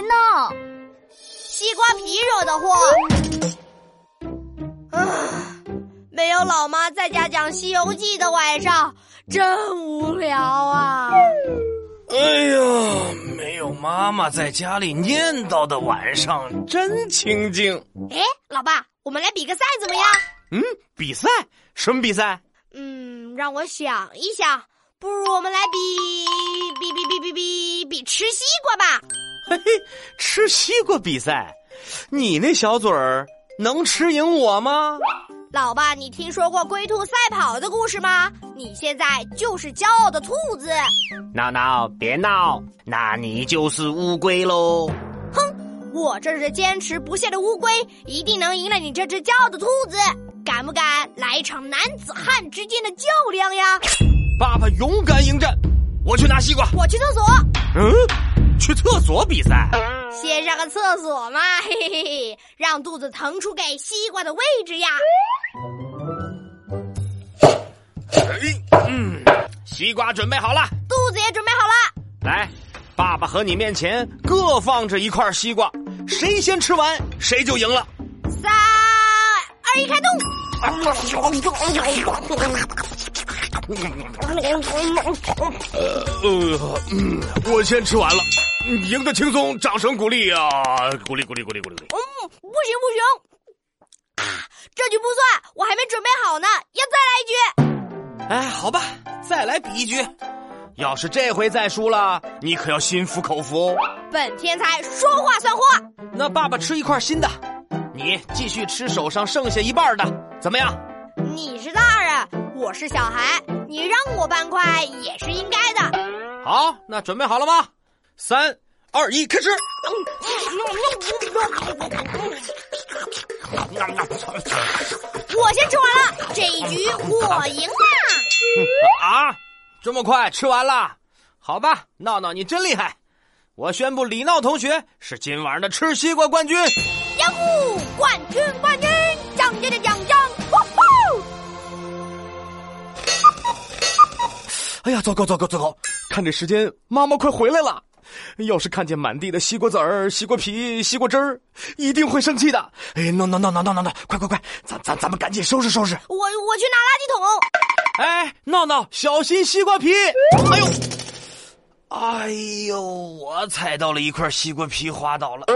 啊宝妈在家讲《西游记》的晚上真无聊啊！哎呀，没有妈妈在家里念叨的晚上真清静。哎，老爸，我们来比个赛怎么样？嗯，比赛？什么比赛？嗯，让我想一想，不如我们来比比比比比比比吃西瓜吧。嘿嘿，吃西瓜比赛？你那小嘴儿能吃赢我吗？老爸，你听说过龟兔赛跑的故事吗？你现在就是骄傲的兔子。闹闹，别闹，那你就是乌龟喽。我这只坚持不懈的乌龟，一定能赢了你这只骄傲的兔子。敢不敢来一场男子汉之间的较量呀？爸爸勇敢迎战，我去拿西瓜。我去厕所，嗯，去厕所比赛。先上个厕所嘛， 嘿嘿嘿，让肚子腾出给西瓜的位置呀。哎嗯，西瓜准备好了，肚子也准备好了，来，爸爸和你面前各放着一块西瓜，谁先吃完谁就赢了。三二一，开动！呃，嗯，我先吃完了，嗯赢得轻松，掌声鼓励啊！鼓励鼓励鼓励鼓励鼓励！嗯，不行不行，啊，这局不算，我还没准备好呢，要再来一局。哎，好吧，再来比一局。要是这回再输了，你可要心服口服哦。本天才说话算话，那爸爸吃一块新的，你继续吃手上剩下一半的，怎么样？你是大人，我是小孩，你让我搬块也是应该的。好，那准备好了吗？三、二、一，开始！我先吃完了，这一局我赢了。啊，这么快吃完了？好吧，闹闹你真厉害！我宣布李闹同学是今晚的吃西瓜冠军。呀呼，冠军冠军，奖奖奖奖奖！呼呼！哎呀，糟糕糟糕糟糕！看这时间，妈妈快回来了。要是看见满地的西瓜籽儿、西瓜皮、西瓜汁儿，一定会生气的。哎，闹闹闹闹闹闹闹，快快快，咱咱咱们赶紧收拾收拾！我我去拿垃圾桶。哎，闹闹，小心西瓜皮！哎呦，哎呦，我踩到了一块西瓜皮，滑倒了。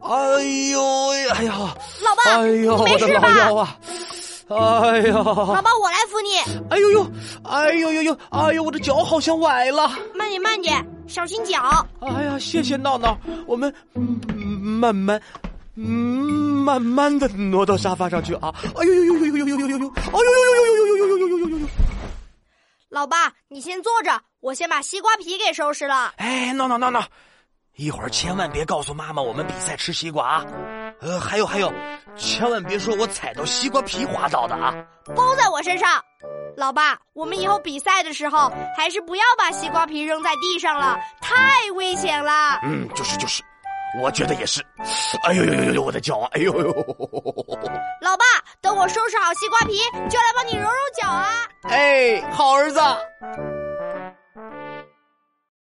哎呦，哎呀，老爸，哎呦，你没我的事老吧？腰啊！哎呦老，爸，我来扶你，哎呦呦，哎呦呦呦，哎呦，我的脚好像崴了。慢点慢点，小心脚。哎呀，谢谢闹闹，我们嗯慢慢。嗯，慢慢的挪到沙发上去啊！哎呦呦呦呦呦呦呦呦呦！哎呦呦呦呦呦呦呦呦呦呦呦呦！老爸，你先坐着，我先把西瓜皮给收拾了。哎，闹闹闹闹，一会儿千万别告诉妈妈我们比赛吃西瓜啊！呃，还有还有，千万别说我踩到西瓜皮滑倒的啊！包在我身上。老爸，我们以后比赛的时候，还是不要把西瓜皮扔在地上了，太危险了。嗯，就是就是，我觉得也是。哎呦呦呦呦，我的脚啊！哎呦呦！老爸，等我收拾好西瓜皮，就来帮你揉揉脚啊。哎，好儿子。